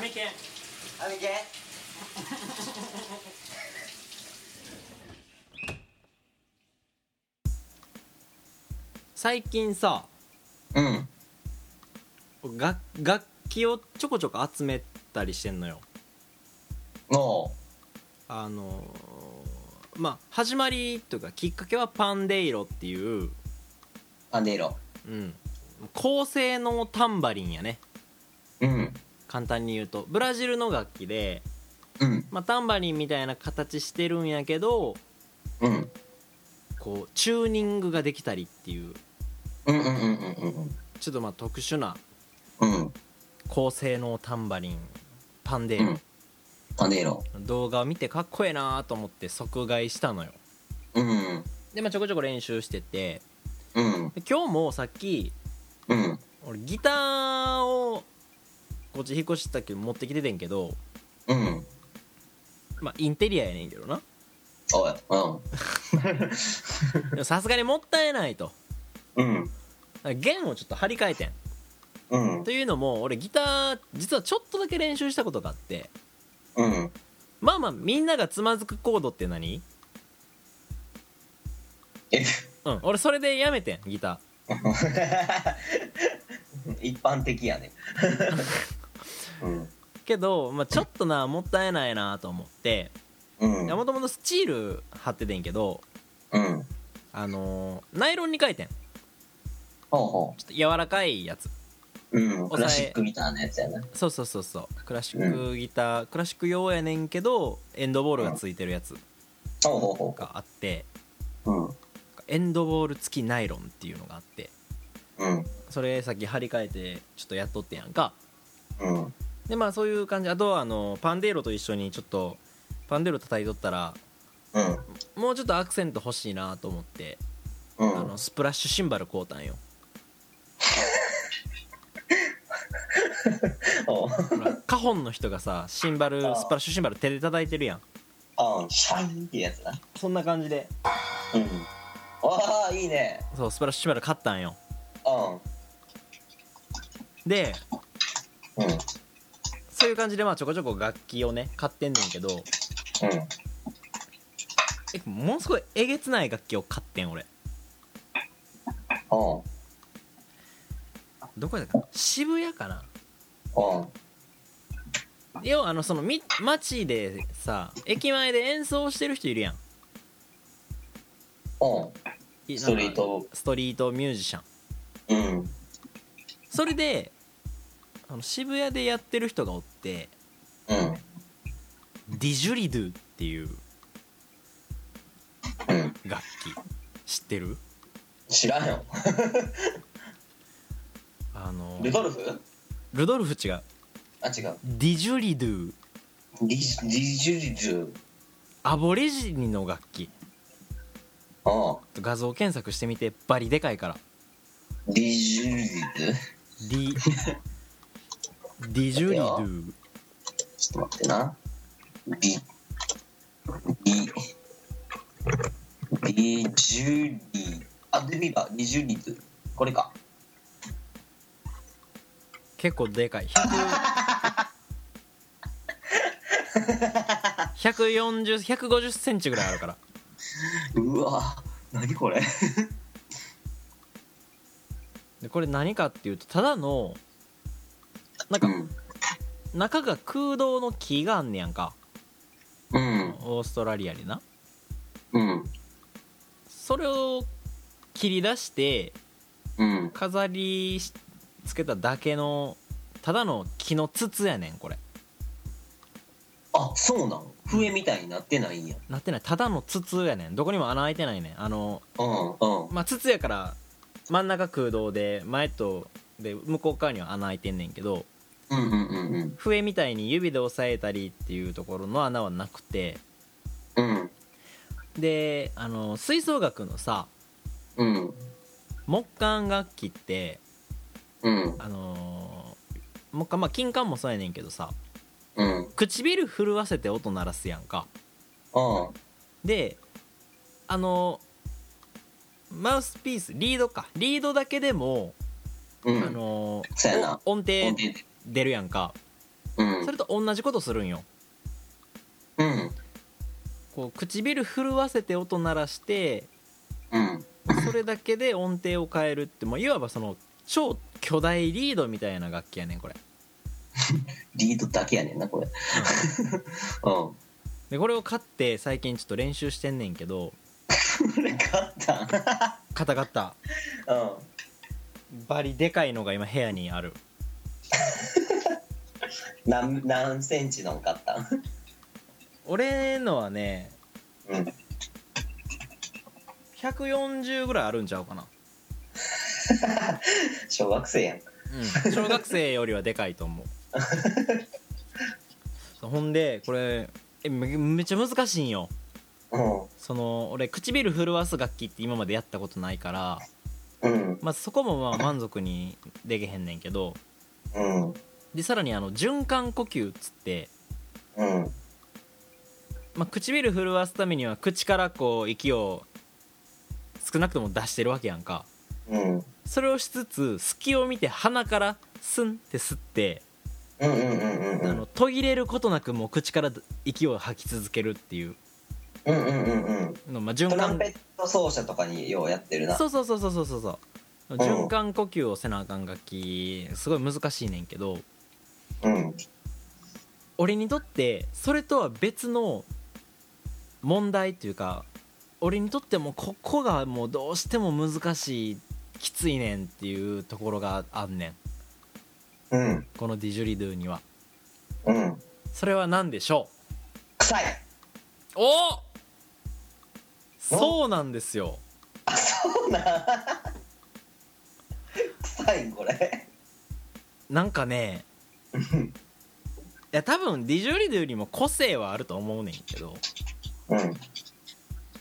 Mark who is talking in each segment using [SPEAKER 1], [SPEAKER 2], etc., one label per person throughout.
[SPEAKER 1] メ犬
[SPEAKER 2] あめけ
[SPEAKER 1] 最近さ
[SPEAKER 2] うん
[SPEAKER 1] 楽楽器をちょこちょこ集めたりしてんのよ
[SPEAKER 2] の
[SPEAKER 1] あのーまあ始まりというかきっかけはパンデイロっていう、
[SPEAKER 2] パンデイロ
[SPEAKER 1] うん、高性能タンバリンやね
[SPEAKER 2] うん
[SPEAKER 1] 簡単に言うとブラジルの楽器で、
[SPEAKER 2] うん
[SPEAKER 1] まあ、タンバリンみたいな形してるんやけど
[SPEAKER 2] うん
[SPEAKER 1] こうチューニングができたりっていう
[SPEAKER 2] うんうんうんうん
[SPEAKER 1] ちょっとまあ特殊な
[SPEAKER 2] うんうん
[SPEAKER 1] 高性能タンバリンパンデイ
[SPEAKER 2] う
[SPEAKER 1] ロ
[SPEAKER 2] んパンデイロ
[SPEAKER 1] の動画を見てかっこええなと思って即買いしたのよ
[SPEAKER 2] うん
[SPEAKER 1] でまあちょこちょこ練習してて
[SPEAKER 2] うん
[SPEAKER 1] で今日もさっき
[SPEAKER 2] うん
[SPEAKER 1] 俺ギターをこっち引っ越してたけど持ってきててんけど
[SPEAKER 2] うん
[SPEAKER 1] まあインテリアやねんけどな
[SPEAKER 2] おい
[SPEAKER 1] でもさすがにもったいないと
[SPEAKER 2] うん
[SPEAKER 1] 弦をちょっと張り替えてん
[SPEAKER 2] うんうん
[SPEAKER 1] というのも俺ギター実はちょっとだけ練習したことがあって
[SPEAKER 2] うん
[SPEAKER 1] まあまあみんながつまずくコードって何
[SPEAKER 2] え
[SPEAKER 1] うん俺それでやめてんギター
[SPEAKER 2] 一般的やねうん
[SPEAKER 1] けど、まあ、ちょっとなもったいないなと思って
[SPEAKER 2] うん
[SPEAKER 1] もともとスチール貼っててんけど
[SPEAKER 2] うん
[SPEAKER 1] あのーナイロンに書いてんちょ
[SPEAKER 2] ほうほ
[SPEAKER 1] っと柔らかいやつ
[SPEAKER 2] ううん
[SPEAKER 1] え
[SPEAKER 2] クラシックみたいなやつやな
[SPEAKER 1] そうそうそうそうクラシックギター、クラシック用やねんけどエンドボールがついてるやつ
[SPEAKER 2] ほうほうほ
[SPEAKER 1] があって
[SPEAKER 2] ううん
[SPEAKER 1] エンドボール付きナイロンっていうのがあって
[SPEAKER 2] うん
[SPEAKER 1] それさっき張り替えてちょっとやっとってんやんか
[SPEAKER 2] うん
[SPEAKER 1] でまあそういう感じあとはあのパンデーロと一緒にちょっとパンデーロ叩いとったら
[SPEAKER 2] うん
[SPEAKER 1] もうちょっとアクセント欲しいなと思って
[SPEAKER 2] う
[SPEAKER 1] あ
[SPEAKER 2] ん
[SPEAKER 1] のスプラッシュシンバル買うたんよ
[SPEAKER 2] おう
[SPEAKER 1] ほらカホンの人がさシンバルスプラッシュシンバル手で叩いてるやん
[SPEAKER 2] あシャンってやつな
[SPEAKER 1] そんな感じで
[SPEAKER 2] うんああいいね
[SPEAKER 1] そうスプラッシュシンバル買ったんよ
[SPEAKER 2] う
[SPEAKER 1] で
[SPEAKER 2] んうん
[SPEAKER 1] そういう感じでまあちょこちょこ楽器をね買ってんねんけど
[SPEAKER 2] うん
[SPEAKER 1] えものすごいえげつない楽器を買ってん俺
[SPEAKER 2] うん
[SPEAKER 1] どこだかな渋谷かな
[SPEAKER 2] うん
[SPEAKER 1] 要はあのそのみ街でさ駅前で演奏してる人いるやん
[SPEAKER 2] うん
[SPEAKER 1] い
[SPEAKER 2] ストリート
[SPEAKER 1] ストリートミュージシャン
[SPEAKER 2] うん
[SPEAKER 1] それであの渋谷でやってる人がおって
[SPEAKER 2] うん
[SPEAKER 1] ディジュリドゥっていう
[SPEAKER 2] うん
[SPEAKER 1] 楽器知ってる
[SPEAKER 2] 知らんよ
[SPEAKER 1] あの
[SPEAKER 2] ルドルフ
[SPEAKER 1] ルドルフ違う
[SPEAKER 2] あ違う
[SPEAKER 1] ディジュリドゥ
[SPEAKER 2] リリジュリジュ
[SPEAKER 1] アボレジニの楽器
[SPEAKER 2] う
[SPEAKER 1] 画像検索してみてバリでかいから
[SPEAKER 2] んリジュリジュ
[SPEAKER 1] ディディジュリドゥ
[SPEAKER 2] ちょっと待ってなリリリジュリあで見たリジュリズこれか
[SPEAKER 1] 結構でかい140150センチぐらいあるから
[SPEAKER 2] うわ何これ
[SPEAKER 1] でこれ何かっていうとただのなん
[SPEAKER 2] う
[SPEAKER 1] か
[SPEAKER 2] ん
[SPEAKER 1] 中が空洞の木があんねやんか
[SPEAKER 2] うん
[SPEAKER 1] オーストラリアにな
[SPEAKER 2] うん
[SPEAKER 1] それを切り出して
[SPEAKER 2] うん
[SPEAKER 1] 飾りしつけただけのただの木の筒やねんこれ
[SPEAKER 2] あそうなの笛みたいになってないんや
[SPEAKER 1] なってないただの筒やねんどこにも穴開いてないねんあの
[SPEAKER 2] うんうん
[SPEAKER 1] まあ筒やから真ん中空洞で前とで向こう側には穴開いてんねんけど
[SPEAKER 2] うんうんうん
[SPEAKER 1] 笛みたいに指で押さえたりっていうところの穴はなくて
[SPEAKER 2] うん
[SPEAKER 1] であの吹奏楽のさ
[SPEAKER 2] うん
[SPEAKER 1] 木管楽器って
[SPEAKER 2] うん
[SPEAKER 1] あのー木管まあ金管もそうやねんけどさ
[SPEAKER 2] うん
[SPEAKER 1] 唇震わせて音鳴らすやんか
[SPEAKER 2] あ
[SPEAKER 1] であのーマウスピースリードかリードだけでも、
[SPEAKER 2] うん
[SPEAKER 1] あのー
[SPEAKER 2] そうやな
[SPEAKER 1] お音程
[SPEAKER 2] 音程
[SPEAKER 1] 出るやんか、
[SPEAKER 2] うんうん
[SPEAKER 1] それと同じことするんよ
[SPEAKER 2] うん
[SPEAKER 1] こう唇震わせて音鳴らして
[SPEAKER 2] うん
[SPEAKER 1] それだけで音程を変えるって、まあ、いわばその超巨大リードみたいな楽器やねんこれ、
[SPEAKER 2] リードだけやねんなこれうん
[SPEAKER 1] でこれを買って最近ちょっと練習してんねんけど
[SPEAKER 2] これ買ったん
[SPEAKER 1] 硬かった
[SPEAKER 2] うん
[SPEAKER 1] バリでかいのが今部屋にある
[SPEAKER 2] 何何センチのん買ったん
[SPEAKER 1] 俺のはね
[SPEAKER 2] うん
[SPEAKER 1] 140ぐらいあるんちゃうかな、
[SPEAKER 2] 小学生やん
[SPEAKER 1] うん、小学生よりはでかいと 思うそうほんでこれえめめっちゃ難しいんよ
[SPEAKER 2] うん
[SPEAKER 1] その俺唇震わす楽器って今までやったことないから、
[SPEAKER 2] うん
[SPEAKER 1] まあ、そこもまあ満足にできへんねんけど
[SPEAKER 2] うん
[SPEAKER 1] でさらにあの循環呼吸っつって、
[SPEAKER 2] うん
[SPEAKER 1] まあ、唇震わすためには口からこう息を少なくとも出してるわけやんか
[SPEAKER 2] うん
[SPEAKER 1] それをしつつ隙を見て鼻からスンって吸って、
[SPEAKER 2] うんうんうんうんう
[SPEAKER 1] あ
[SPEAKER 2] ん
[SPEAKER 1] の途切れることなくもう口から息を吐き続けるっていう
[SPEAKER 2] うんうんうんうん
[SPEAKER 1] の、まあ、循
[SPEAKER 2] トラ
[SPEAKER 1] 環
[SPEAKER 2] ンペット奏者とかにようやってるな
[SPEAKER 1] そうそうそうそうそうそうそう循環呼吸をせなあかん楽器すごい難しいねんけど
[SPEAKER 2] うん
[SPEAKER 1] 俺にとってそれとは別の問題っていうか俺にとってもうここがもうどうしても難しいきついねんっていうところがあんねん
[SPEAKER 2] うん
[SPEAKER 1] このディジュリドゥには
[SPEAKER 2] うん
[SPEAKER 1] それは何でしょ
[SPEAKER 2] 臭いう
[SPEAKER 1] おそうなんですよ
[SPEAKER 2] そうなん臭いんこれ
[SPEAKER 1] なんかね
[SPEAKER 2] うん
[SPEAKER 1] いや多分ディジュリドゥにも個性はあると思うねんけど
[SPEAKER 2] うん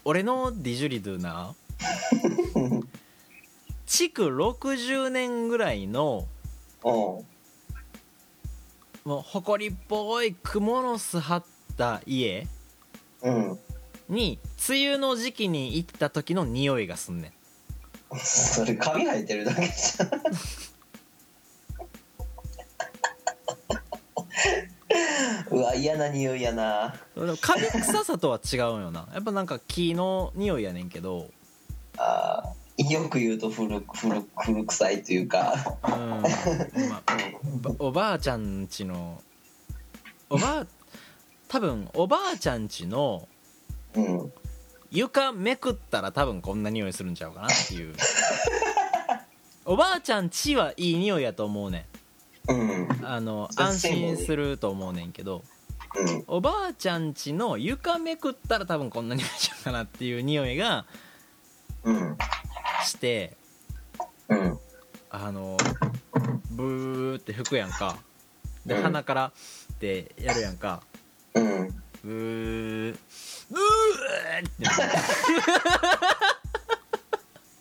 [SPEAKER 1] 俺のディジュリドゥな
[SPEAKER 2] うん
[SPEAKER 1] 築60年ぐらいの
[SPEAKER 2] おう
[SPEAKER 1] もう埃っぽい蜘蛛の巣張った家
[SPEAKER 2] うん
[SPEAKER 1] に梅雨の時期に行った時の匂いがすんねん
[SPEAKER 2] それ髪生えてるだけじゃん うわ嫌な匂いやな
[SPEAKER 1] でもカビ臭さとは違うよなやっぱなんか木の匂いやねんけど
[SPEAKER 2] あーよく言うと古く古く古臭いというか
[SPEAKER 1] うん、まあ、おばおばあちゃんちのおばあ多分おばあちゃんちの
[SPEAKER 2] うん
[SPEAKER 1] 床めくったら多分こんな匂いするんちゃうかなっていうおばあちゃんちはいい匂いやと思うねん
[SPEAKER 2] うん
[SPEAKER 1] あの
[SPEAKER 2] そう
[SPEAKER 1] 安心すると思うねんけど
[SPEAKER 2] うん
[SPEAKER 1] おばあちゃんちの床めくったら多分こんなにいちゃうかなっていう匂いが
[SPEAKER 2] うん
[SPEAKER 1] して
[SPEAKER 2] うん
[SPEAKER 1] あのブーって吹くやんかで
[SPEAKER 2] うん
[SPEAKER 1] 鼻からってやるやんか
[SPEAKER 2] うん
[SPEAKER 1] ブーブーっ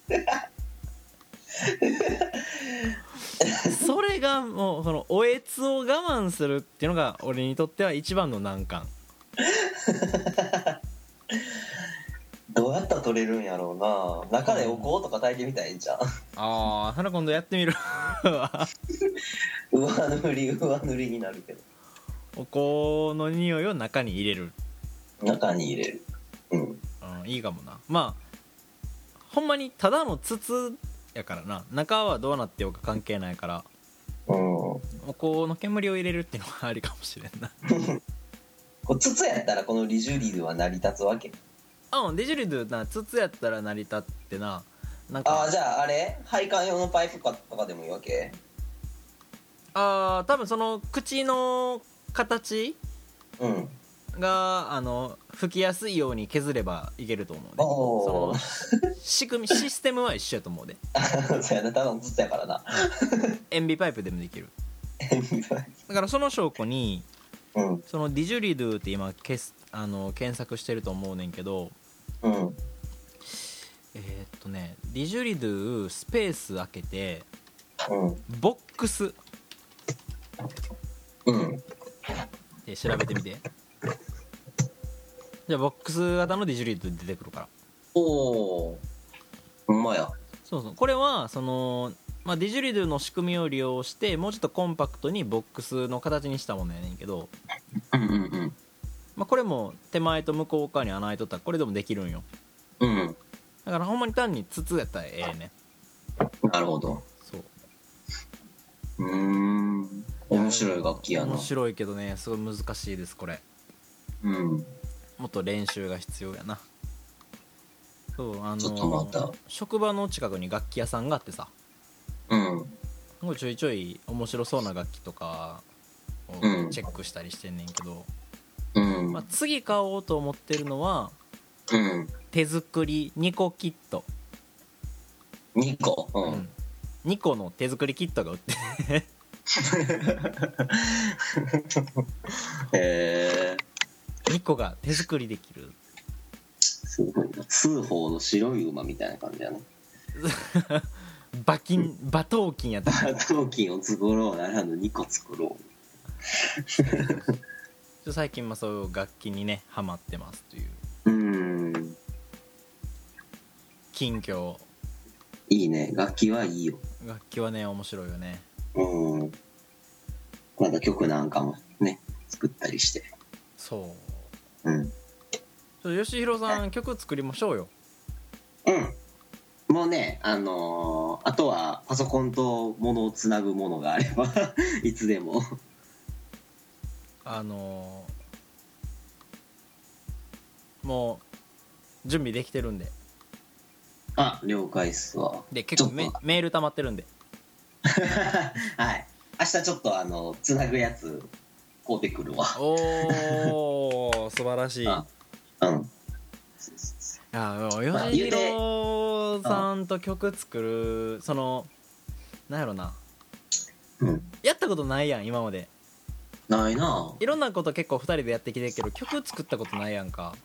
[SPEAKER 1] て それがもうこのおえつを我慢するっていうのが俺にとっては一番の難関
[SPEAKER 2] どうやったら取れるんやろうな中でお香とか炊いてみたいんじゃん
[SPEAKER 1] ああそれ今度やってみる
[SPEAKER 2] 上塗り上塗りになるけど
[SPEAKER 1] お香の匂いを中に入れる、
[SPEAKER 2] 中に入れるうん
[SPEAKER 1] うん、いいかもなまあほんまにただの筒やからな中はどうなってようか関係ないから
[SPEAKER 2] うん
[SPEAKER 1] お香の煙を入れるっていうのはありかもしれんな
[SPEAKER 2] こう筒やったらこのリジュリルは成り立つわけ
[SPEAKER 1] あ うんデジュリドゥな筒やったら成り立ってななん
[SPEAKER 2] あ
[SPEAKER 1] か
[SPEAKER 2] あじゃああれ配管用のパイプかとかでもいいわけ
[SPEAKER 1] ああ多分その口の形
[SPEAKER 2] うん
[SPEAKER 1] があの吹きやすいように削ればいけると思うね
[SPEAKER 2] おー
[SPEAKER 1] その仕組みシステムは一緒やと思うで
[SPEAKER 2] そうやなただの筒やからな
[SPEAKER 1] 塩ビパイプでもできるだからその証拠に
[SPEAKER 2] うん
[SPEAKER 1] そのディジュリドゥって今けすあの検索してると思うねんけど
[SPEAKER 2] うん
[SPEAKER 1] えーっとねディジュリドゥスペース開けて
[SPEAKER 2] うん
[SPEAKER 1] ボックス
[SPEAKER 2] うん
[SPEAKER 1] で調べてみてじゃあボックス型のディジュリドゥ出てくるから
[SPEAKER 2] おおほんまや
[SPEAKER 1] そうそうこれはそのまあ、ディジュリドゥの仕組みを利用してもうちょっとコンパクトにボックスの形にしたものやねんけど、
[SPEAKER 2] うんうん
[SPEAKER 1] まあ、これも手前と向こう側に穴開いとったらこれでもできるんよ
[SPEAKER 2] うんうん
[SPEAKER 1] だからほんまに単に筒やったらええね
[SPEAKER 2] なるほど
[SPEAKER 1] そう
[SPEAKER 2] うーん面白い楽器やな
[SPEAKER 1] 面白いけどねすごい難しいですこれ
[SPEAKER 2] うん
[SPEAKER 1] もっと練習が必要やなそうあ
[SPEAKER 2] ちょっとま
[SPEAKER 1] の
[SPEAKER 2] た
[SPEAKER 1] 職場の近くに楽器屋さんがあってさ
[SPEAKER 2] うん
[SPEAKER 1] すごいちょいちょい面白そうな楽器とかを
[SPEAKER 2] うん
[SPEAKER 1] チェックしたりしてんねんけど、
[SPEAKER 2] うん
[SPEAKER 1] まあ、次買おうと思ってるのは
[SPEAKER 2] うん
[SPEAKER 1] 手作り2個キット、
[SPEAKER 2] 2個う
[SPEAKER 1] うんん、2個の手作りキットが売 って
[SPEAKER 2] へえ
[SPEAKER 1] 2個が手作りできる
[SPEAKER 2] すごいな数方の白い馬みたいな感じやな
[SPEAKER 1] 馬金馬頭金やったちょ
[SPEAKER 2] 頭金を作ろうならぬ2個作ろう
[SPEAKER 1] っと最近まあそういう楽器にねハマってますという
[SPEAKER 2] うん
[SPEAKER 1] 近況
[SPEAKER 2] いいね楽器はいいよ
[SPEAKER 1] 楽器はね面白いよね
[SPEAKER 2] うんまた曲なんかもね作ったりして
[SPEAKER 1] そう
[SPEAKER 2] う
[SPEAKER 1] ちょ
[SPEAKER 2] ん
[SPEAKER 1] っと吉弘さん曲作りましょうよ
[SPEAKER 2] うんもうねあのーあとはパソコンと物をつなぐものがあれば いつでも
[SPEAKER 1] あのーもう準備できてるんで
[SPEAKER 2] あ了解っすわ
[SPEAKER 1] で結構
[SPEAKER 2] ちょ
[SPEAKER 1] メ
[SPEAKER 2] っと
[SPEAKER 1] メール溜まってるんで
[SPEAKER 2] はい明日ちょっとあのつなぐやつ買うてくるわ
[SPEAKER 1] おお素晴らしい
[SPEAKER 2] あうん
[SPEAKER 1] あの吉弘さんと曲作るそのなんやろな
[SPEAKER 2] うん
[SPEAKER 1] やったことないやん今まで
[SPEAKER 2] ないない
[SPEAKER 1] ろんなこと結構2人でやってきてるけど曲作ったことないやんか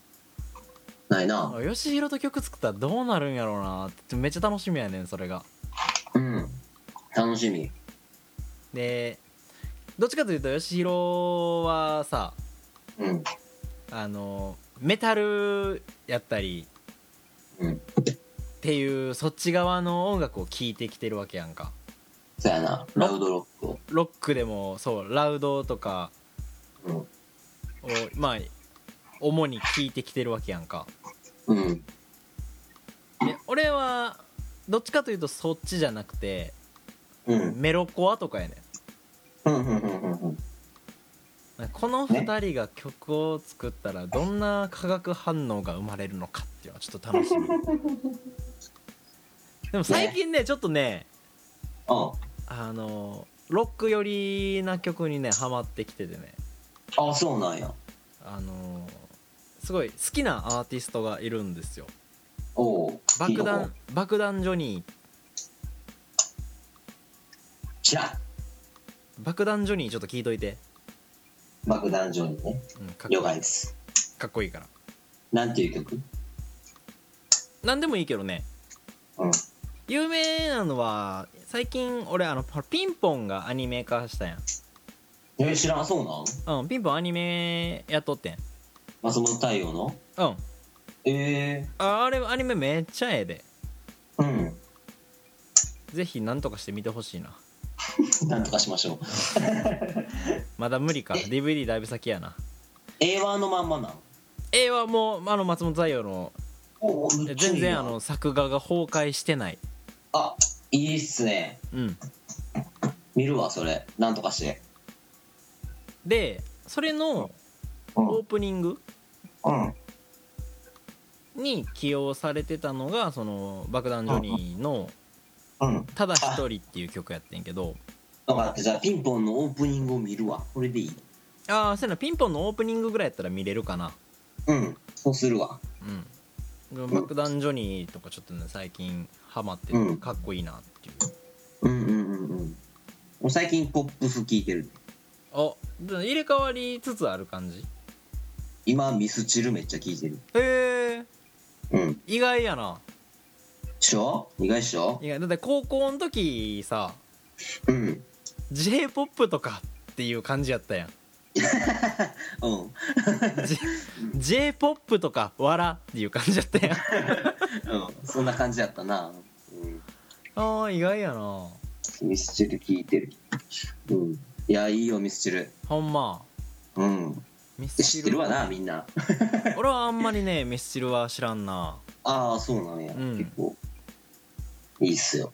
[SPEAKER 2] ないな
[SPEAKER 1] 吉弘と曲作ったらどうなるんやろうなってめっちゃ楽しみやねんそれが
[SPEAKER 2] うん楽しみ
[SPEAKER 1] でどっちかというと吉弘はさ
[SPEAKER 2] うん
[SPEAKER 1] あのメタルやったり
[SPEAKER 2] うん
[SPEAKER 1] っていうそっち側の音楽を聴いてきてるわけやんか
[SPEAKER 2] そうやなラウドロックを
[SPEAKER 1] ロックでもそうラウドとか
[SPEAKER 2] うん
[SPEAKER 1] をまあ主に聴いてきてるわけやんか
[SPEAKER 2] うん
[SPEAKER 1] で俺はどっちかというとそっちじゃなくて
[SPEAKER 2] うん
[SPEAKER 1] メロコアとかやね
[SPEAKER 2] うんうんうんうんうん
[SPEAKER 1] んこの2人が曲を作ったらどんな化学反応が生まれるのかっていうのはちょっと楽し みでも最近ねちょっとね
[SPEAKER 2] あ
[SPEAKER 1] あのロック寄りな曲にねハマってきててね
[SPEAKER 2] あそうなんや
[SPEAKER 1] あのすごい好きなアーティストがいるんですよ
[SPEAKER 2] おお
[SPEAKER 1] 爆弾爆弾ジョニー
[SPEAKER 2] 知らん
[SPEAKER 1] 爆弾ジョニーちょっと聞いといて、
[SPEAKER 2] 爆弾上にね
[SPEAKER 1] うん、かっ
[SPEAKER 2] 了
[SPEAKER 1] こい
[SPEAKER 2] 解
[SPEAKER 1] い
[SPEAKER 2] です
[SPEAKER 1] かっこいいから
[SPEAKER 2] なんていう曲
[SPEAKER 1] 何でもいいけどね
[SPEAKER 2] うん
[SPEAKER 1] 有名なのは最近俺あのピンポンがアニメ化したや
[SPEAKER 2] え知らんそうなん
[SPEAKER 1] ん、うん、ピンポンアニメやっとってん
[SPEAKER 2] 松本太陽の
[SPEAKER 1] うん
[SPEAKER 2] ええ
[SPEAKER 1] ああれアニメめっちゃええで
[SPEAKER 2] うん
[SPEAKER 1] ぜひ何とかして見てほしいな
[SPEAKER 2] なんとかしましょう
[SPEAKER 1] まだ無理か DVD だいぶ先やな
[SPEAKER 2] A1 のまんまなん
[SPEAKER 1] 絵はもうあの松本太陽の
[SPEAKER 2] おーめっちゃい
[SPEAKER 1] 全
[SPEAKER 2] い
[SPEAKER 1] 然
[SPEAKER 2] な
[SPEAKER 1] あの作画が崩壊してない
[SPEAKER 2] あいいっすね
[SPEAKER 1] うん
[SPEAKER 2] 見るわそれなんとかして
[SPEAKER 1] でそれの
[SPEAKER 2] うん
[SPEAKER 1] オープニング
[SPEAKER 2] うん
[SPEAKER 1] に起用されてたのがその爆弾ジョニーの
[SPEAKER 2] うん
[SPEAKER 1] 「ただ一人」っていう曲やってんけど
[SPEAKER 2] 分かったじゃあピンポンのオープニングを見るわこれでいい
[SPEAKER 1] ああそうやなピンポンのオープニングぐらいやったら見れるかな
[SPEAKER 2] うんそうするわ
[SPEAKER 1] うんでも爆弾ジョニーとかちょっとね最近ハマって
[SPEAKER 2] うん
[SPEAKER 1] かっこいいなっていう
[SPEAKER 2] うんうんうんうんもう最近ポップス聞いてる
[SPEAKER 1] あで入れ替わりつつある感じ
[SPEAKER 2] 今ミスチルめっちゃ聞いてる
[SPEAKER 1] へえ
[SPEAKER 2] うん
[SPEAKER 1] 意外やな
[SPEAKER 2] しょ意外っしょ
[SPEAKER 1] 意外だって高校の時さ
[SPEAKER 2] うん
[SPEAKER 1] j p o p とかっていう感じやったやん
[SPEAKER 2] うん
[SPEAKER 1] j p o p とか「わら」っていう感じやった やん
[SPEAKER 2] うんそんな感じやったなうん
[SPEAKER 1] あー意外やな
[SPEAKER 2] ミスチル聞いてる。うん。いや、いいよ、ミスチル。
[SPEAKER 1] ほんま
[SPEAKER 2] うん。
[SPEAKER 1] ミス
[SPEAKER 2] 知って
[SPEAKER 1] チ
[SPEAKER 2] る
[SPEAKER 1] ル
[SPEAKER 2] わな、みんな。
[SPEAKER 1] 俺はあんまりねミスチルは知らんな
[SPEAKER 2] ああ、そうなんや。
[SPEAKER 1] うん
[SPEAKER 2] 結構。いいっすよ。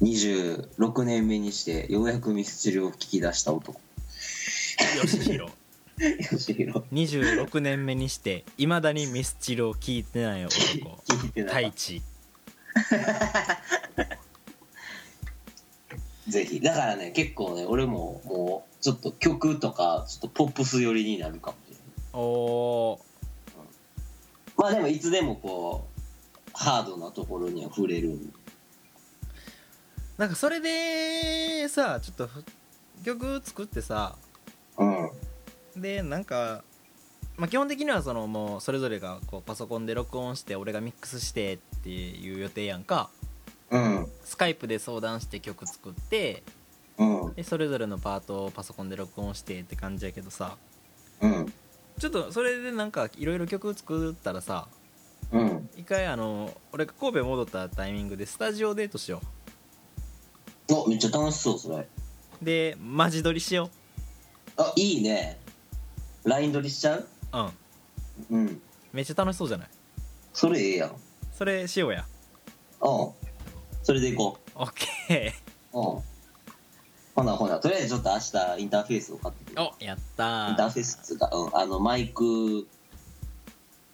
[SPEAKER 2] 26年目にして、ようやくミスチルを聞き出した 男。
[SPEAKER 1] 吉弘
[SPEAKER 2] よしひろ。
[SPEAKER 1] 26年目にしていまだにミスチルを聞いてない 男
[SPEAKER 2] 聞いてな
[SPEAKER 1] 太
[SPEAKER 2] い。
[SPEAKER 1] 一
[SPEAKER 2] ぜひ。だからね、結構ね、俺も、もう、ちょっと曲とか、ちょっとポップス寄りになるかもしれない。
[SPEAKER 1] おー
[SPEAKER 2] まあでも、いつでもこう、ハードなところには触れるんで
[SPEAKER 1] なんかそれでさちょっと曲作ってさ
[SPEAKER 2] うん。
[SPEAKER 1] でなんか、まあ、基本的にはそのもうそれぞれがこうパソコンで録音して俺がミックスしてっていう予定やんか
[SPEAKER 2] うん。
[SPEAKER 1] スカイプで相談して曲作って
[SPEAKER 2] うん。
[SPEAKER 1] でそれぞれのパートをパソコンで録音してって感じやけどさ
[SPEAKER 2] うん。
[SPEAKER 1] ちょっとそれでなんかいろいろ曲作ったらさ
[SPEAKER 2] うん。
[SPEAKER 1] 一回あの俺が神戸戻ったタイミングでスタジオデートしよ
[SPEAKER 2] お、めっちゃ楽しそう、それ。
[SPEAKER 1] うでマジ撮りしよ
[SPEAKER 2] あ、いいね。ライン撮りしちゃう
[SPEAKER 1] ううん
[SPEAKER 2] うん。
[SPEAKER 1] めっちゃ楽しそうじゃない
[SPEAKER 2] それええやん。うん。
[SPEAKER 1] それしようや
[SPEAKER 2] それでいこ
[SPEAKER 1] OK
[SPEAKER 2] う。うん。ほなほな、とりあえずちょっと明日インターフェースを買ってくる。
[SPEAKER 1] おやった
[SPEAKER 2] インターフェースっつうか、うん、あの、マイク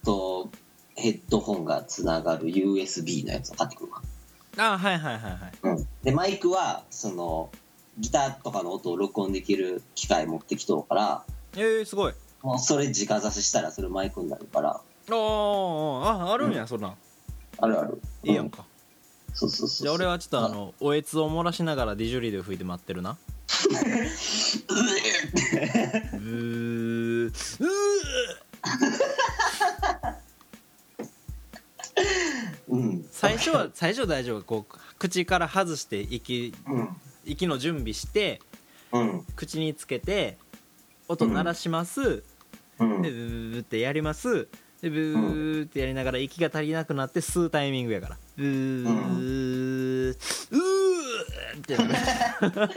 [SPEAKER 2] とヘッドホンがつながる USB のやつを買ってくるわ。
[SPEAKER 1] あはいはいはいはい
[SPEAKER 2] うん。で、マイクは、その、ギターとかの音を録音できる機械持ってきとるから、
[SPEAKER 1] えー、すごい
[SPEAKER 2] もうそれ直差ししたらそれマイクになるから、
[SPEAKER 1] あーああるんや、そんなん
[SPEAKER 2] あるある。
[SPEAKER 1] いいやん
[SPEAKER 2] う
[SPEAKER 1] か、
[SPEAKER 2] そうそうそう。
[SPEAKER 1] じゃあ俺はちょっとあ
[SPEAKER 2] う
[SPEAKER 1] のおえつを漏らしながらディジュリーで吹いて待ってる なうーうー
[SPEAKER 2] ん。うん。
[SPEAKER 1] 最初は最初は大丈夫こう口から外して息
[SPEAKER 2] うん。
[SPEAKER 1] 息の準備して
[SPEAKER 2] うん。
[SPEAKER 1] 口につけて音鳴らします、
[SPEAKER 2] うん
[SPEAKER 1] でブブブブってやりますでブーブブってやりながら息が足りなくなって吸うタイミングやからブーブブブブうーってなる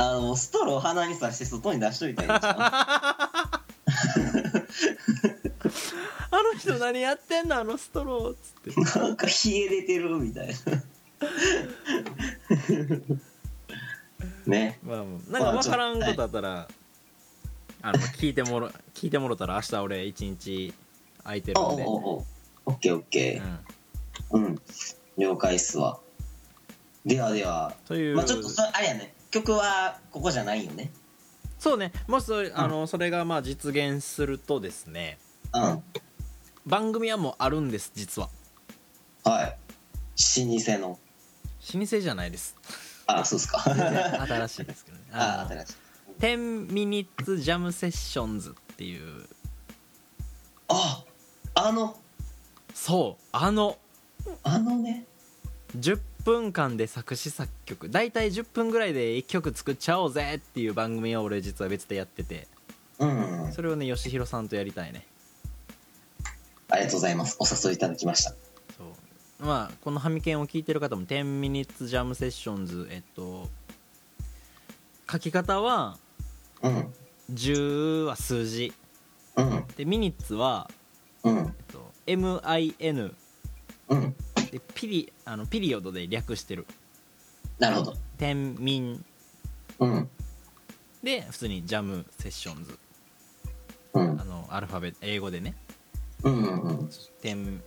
[SPEAKER 2] あの、ストローを鼻に刺して外に出しといたらいいんちゃ
[SPEAKER 1] あの人何やってんのあのストローっつって
[SPEAKER 2] うなんか冷え出てるみたいな。ね。
[SPEAKER 1] まあもうなんか分からんことあったらあの聞いてもろ聞いてもろたら明日俺一日空いてる
[SPEAKER 2] お
[SPEAKER 1] ん
[SPEAKER 2] う
[SPEAKER 1] で、
[SPEAKER 2] おうおうオッケーオッ
[SPEAKER 1] う
[SPEAKER 2] ケ
[SPEAKER 1] ん、
[SPEAKER 2] ー。うん。了解っすわ。ではでは。
[SPEAKER 1] という、
[SPEAKER 2] まあちょっとそ、あれやね。曲はここじゃないよね。
[SPEAKER 1] そうねもしそれあのそれがまあ実現するとですね
[SPEAKER 2] うん。は。
[SPEAKER 1] 番組はもうあるんです実はい
[SPEAKER 2] 老舗の。
[SPEAKER 1] 老舗じゃないです
[SPEAKER 2] あ、そうっ すか。
[SPEAKER 1] 新しいですけどね
[SPEAKER 2] あ、
[SPEAKER 1] あの
[SPEAKER 2] 新しい。
[SPEAKER 1] 10ミニッツジャムセッションズっていう
[SPEAKER 2] あ、あの、
[SPEAKER 1] そうあの
[SPEAKER 2] あのね。
[SPEAKER 1] 10分間で作詞作曲大体10分ぐらいで1曲作っちゃおうぜっていう番組を俺実は別でやってて
[SPEAKER 2] うん。
[SPEAKER 1] それをね吉弘さんとやりたいね
[SPEAKER 2] ありがとうございます。お誘いいただきました。
[SPEAKER 1] そうまあこのハミケンを聞いてる方も10ミニッツジャムセッションズえっと書き方は
[SPEAKER 2] うん。
[SPEAKER 1] 10は数字
[SPEAKER 2] うん。
[SPEAKER 1] でミニッツは、
[SPEAKER 2] うん。
[SPEAKER 1] えっと、MIN
[SPEAKER 2] うん。
[SPEAKER 1] でピリあのピリオドで略してる
[SPEAKER 2] なるほど。
[SPEAKER 1] 天民
[SPEAKER 2] うん。
[SPEAKER 1] で普通にジャムセッションズ
[SPEAKER 2] うん
[SPEAKER 1] あ。のアルファベット英語でね
[SPEAKER 2] うん。うん。
[SPEAKER 1] 天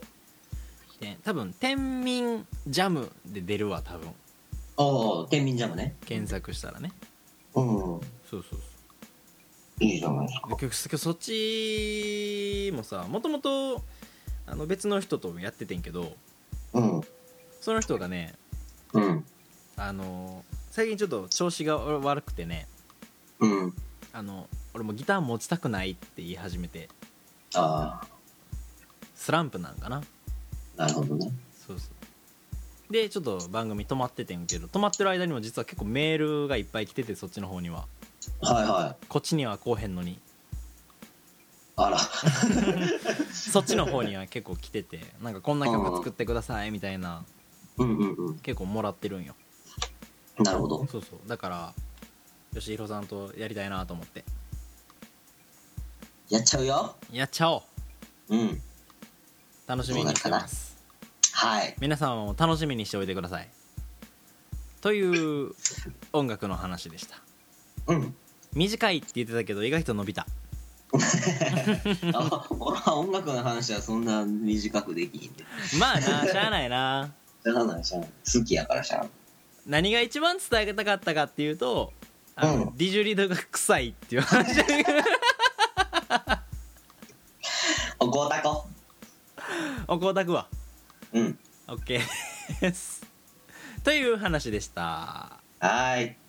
[SPEAKER 1] 天多分天民ジャムで出るわ多分
[SPEAKER 2] おお、天秤ジャムね。
[SPEAKER 1] 検索したらね
[SPEAKER 2] うん。
[SPEAKER 1] そうそう
[SPEAKER 2] いいじゃないですか
[SPEAKER 1] そう。で結局そっちもさもともとあの別の人ともやっててんけど
[SPEAKER 2] うん。
[SPEAKER 1] その人がね
[SPEAKER 2] うん。
[SPEAKER 1] あの最近ちょっと調子が悪くてね
[SPEAKER 2] うん。
[SPEAKER 1] あの俺もギター持ちたくないって言い始めて
[SPEAKER 2] あ
[SPEAKER 1] スランプなんかな
[SPEAKER 2] あ、なるほどね。
[SPEAKER 1] そうそうでちょっと番組止まっててんけど止まってる間にも実は結構メールがいっぱい来ててそっちの方には
[SPEAKER 2] はいはい。
[SPEAKER 1] こっちには来おへんのに
[SPEAKER 2] あら。
[SPEAKER 1] そっちの方には結構来ててなんかこんな曲作ってくださいみたいな
[SPEAKER 2] うんうんうん。
[SPEAKER 1] 結構もらってるんよ
[SPEAKER 2] なるほど
[SPEAKER 1] そうそうだから吉弘さんとやりたいなと思って
[SPEAKER 2] やっちゃうよ
[SPEAKER 1] やっちゃおう
[SPEAKER 2] うん
[SPEAKER 1] 楽しみにしてます
[SPEAKER 2] はい
[SPEAKER 1] 皆さんも楽しみにしておいてくださいという音楽の話でした
[SPEAKER 2] うん
[SPEAKER 1] 短いって言ってたけど意外と伸びた
[SPEAKER 2] あ俺は音楽の話はそんな短くできひんで
[SPEAKER 1] まあなしゃあないな
[SPEAKER 2] しゃあないしゃあない好きやからしゃあない
[SPEAKER 1] 何が一番伝えたかったかっていうとあの、
[SPEAKER 2] うん
[SPEAKER 1] ディジュリドが臭いっていう話
[SPEAKER 2] おごたこ
[SPEAKER 1] おこうたくわ
[SPEAKER 2] うん
[SPEAKER 1] OK ですという話でした
[SPEAKER 2] はーい